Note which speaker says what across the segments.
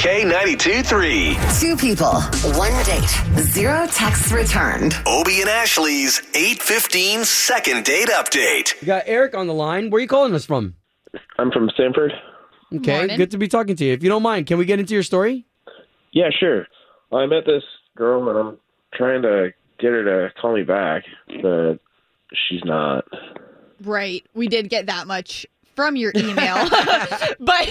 Speaker 1: K92 3.
Speaker 2: Two people, one date, zero texts returned.
Speaker 1: Obie and Ashley's 815 second date update.
Speaker 3: We got Eric on the line. Where are you calling us from?
Speaker 4: I'm from Stanford.
Speaker 3: Okay,
Speaker 5: Morning.
Speaker 3: good to be talking to you. If you don't mind, can we get into your story?
Speaker 4: Yeah, sure. I met this girl and I'm trying to get her to call me back, but she's not.
Speaker 5: Right. We did get that much from your email. but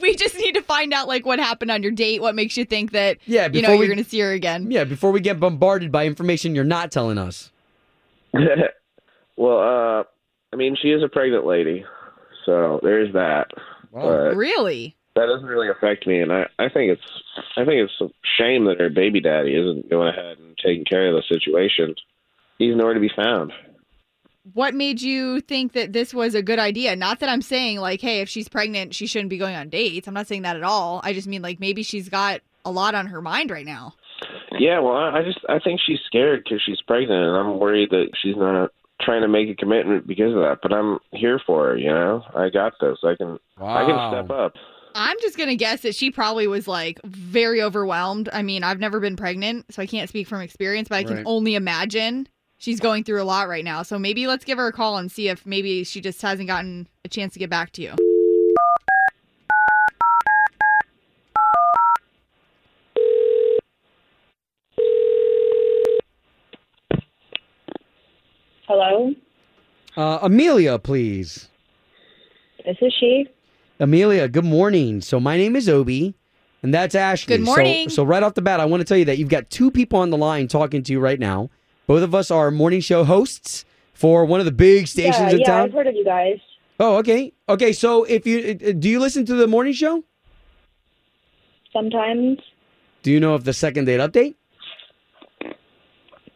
Speaker 5: we just need to find out like what happened on your date, what makes you think that
Speaker 3: Yeah,
Speaker 5: you know
Speaker 3: before we-
Speaker 5: you're going to see her again.
Speaker 3: Yeah, before we get bombarded by information you're not telling us.
Speaker 4: well, uh, I mean, she is a pregnant lady, so there's that. But
Speaker 5: Really?
Speaker 4: that doesn't really affect me, and I, I think it's I think it's a shame that her baby daddy isn't going ahead and taking care of the situation. He's nowhere to be found.
Speaker 5: What made you think that this was a good idea? Not that I'm saying like hey, if she's pregnant, she shouldn't be going on dates. I'm not saying that at all. I just mean like maybe she's got a lot on her mind right now.
Speaker 4: Yeah, well, I I just I think she's scared because she's pregnant, and I'm worried that she's not trying to make a commitment because of that. But I'm here for her, you know. I got this. I can I
Speaker 3: Wow.
Speaker 4: can step up.
Speaker 5: I'm just going to guess that she probably was like very overwhelmed. I mean, I've never been pregnant, so I can't speak from experience, but I can
Speaker 3: Right.
Speaker 5: only imagine she's going through a lot right now. So maybe let's give her a call and see if maybe she just hasn't gotten a chance to get back to you.
Speaker 6: Hello,
Speaker 3: Uh, Amelia, please.
Speaker 6: this is she.
Speaker 3: Amelia, good morning. So my name is Obi, and that's Ashley.
Speaker 5: Good
Speaker 3: So-
Speaker 5: morning.
Speaker 3: So, right off the bat, I want to tell you that you've got two people on the line talking to you right now. Both of us are morning show hosts for one of the big stations
Speaker 6: yeah,
Speaker 3: in
Speaker 6: yeah,
Speaker 3: town.
Speaker 6: I've heard of you guys.
Speaker 3: oh, okay, okay. So if you uh, do you listen to the morning show?
Speaker 6: Sometimes,
Speaker 3: Do you know of the second date update?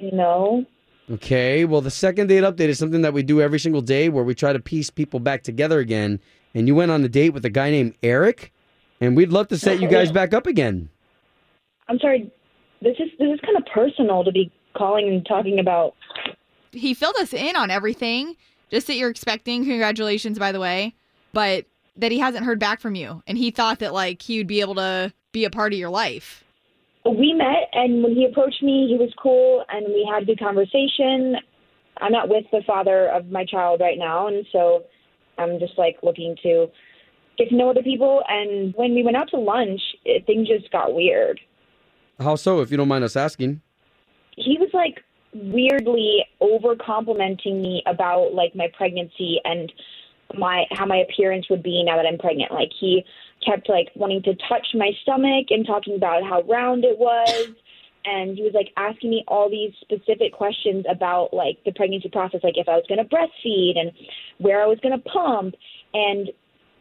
Speaker 6: no.
Speaker 3: Okay, well, the second date update is something that we do every single day where we try to piece people back together again. And you went on a date with a guy named Eric, and we'd love to set you guys back up again.
Speaker 6: I'm sorry. This is this is kind of personal to be calling and talking about.
Speaker 5: He filled us in on everything, just that you're expecting. Congratulations, by the way. But that he hasn't heard back from you. And he thought that like he would be able to be a part of your life.
Speaker 6: We met, and when he approached me, he was cool, and we had a good conversation. I'm not with the father of my child right now, and so I'm just like looking to get to know other people. And when we went out to lunch, it, things just got weird.
Speaker 3: How so, if you don't mind us asking?
Speaker 6: he was like weirdly over complimenting me about like my pregnancy and my how my appearance would be now that I'm pregnant. Like he kept like wanting to touch my stomach and talking about how round it was and he was like asking me all these specific questions about like the pregnancy process, like if I was going to breastfeed and where I was going to pump and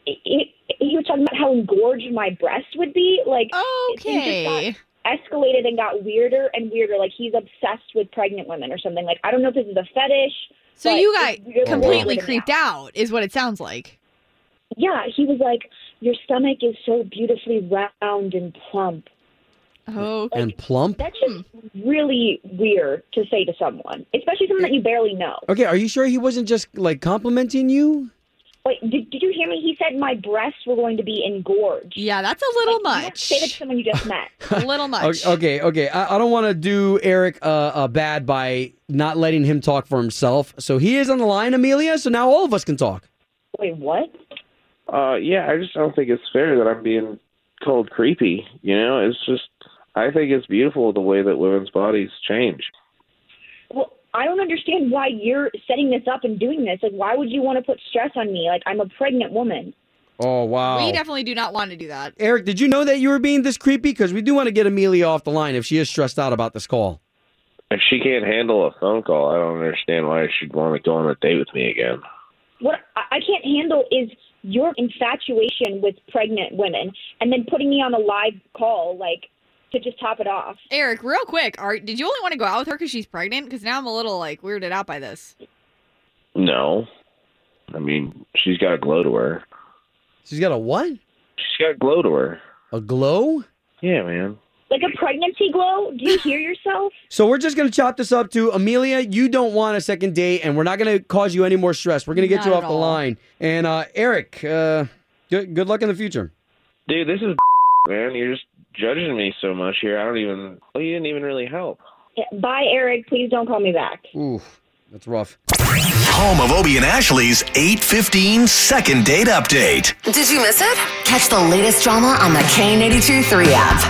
Speaker 6: it, it, he was talking about how engorged my breast would be like it- things just got
Speaker 5: Okay.
Speaker 6: escalated and got weirder and weirder. Like he's obsessed with pregnant women or something. Like I don't know if this is a fetish.
Speaker 5: So
Speaker 6: but
Speaker 5: you
Speaker 6: it really
Speaker 5: got completely
Speaker 6: weirded me
Speaker 5: creeped out is what it sounds like.
Speaker 6: Yeah, he was like, "Your stomach is so beautifully round and plump."
Speaker 5: Oh,
Speaker 3: And plump?
Speaker 6: That's just
Speaker 5: Hmm.
Speaker 6: really weird to say to someone, especially someone that you barely know.
Speaker 3: Okay, are you sure he wasn't just like complimenting you?
Speaker 6: Wait, did, did you hear me? He said my breasts were going to be engorged.
Speaker 5: yeah, that's a little
Speaker 6: Like, you don't
Speaker 5: much.
Speaker 6: Say that to someone you just met.
Speaker 5: A little much.
Speaker 3: O- Okay, okay. I, I don't want to do Eric uh, uh, bad by not letting him talk for himself. So he is on the line, Amelia, so now all of us can talk.
Speaker 6: Wait, what?
Speaker 4: Uh, yeah, I just don't think it's fair that I'm being called creepy. You know, it's just I think it's beautiful the way that women's bodies change.
Speaker 6: Well, I don't understand why you're setting this up and doing this. Like, why would you want to put stress on me? Like, I'm a pregnant woman.
Speaker 3: Oh, wow.
Speaker 5: We definitely do not want to do that.
Speaker 3: Eric, did you know that you were being this creepy? Because we do want to get Amelia off the line if she is stressed out about this call.
Speaker 4: If she can't handle a phone call, I don't understand why she'd want to go on a date with me again.
Speaker 6: what I I can't handle is your infatuation with pregnant women and then putting me on a live call like to just top it off.
Speaker 5: Eric, real quick, are, did you only want to go out with her because she's pregnant? Because now I'm a little like weirded out by this.
Speaker 4: No. I mean, she's got a glow to her.
Speaker 3: She's got a what?
Speaker 4: She's got glow to her.
Speaker 3: A glow?
Speaker 4: Yeah, man.
Speaker 6: Like a pregnancy glow? Do you hear yourself?
Speaker 3: So we're just going to chop this up to Amelia. You don't want a second date, and we're not going to cause you any more stress. We're going to get
Speaker 5: Not
Speaker 3: you
Speaker 5: at
Speaker 3: off the
Speaker 5: all.
Speaker 3: line. And uh, Eric, uh, good, good luck in the future.
Speaker 4: Dude, this is man. You're just judging me so much here. I don't even. Well, you didn't even really help.
Speaker 6: Bye, Eric. Please don't call me back.
Speaker 3: Ooh, that's rough.
Speaker 1: Home of Obie and Ashley's 815 second date update.
Speaker 2: Did you miss it? Catch the latest drama on the K82 3 app.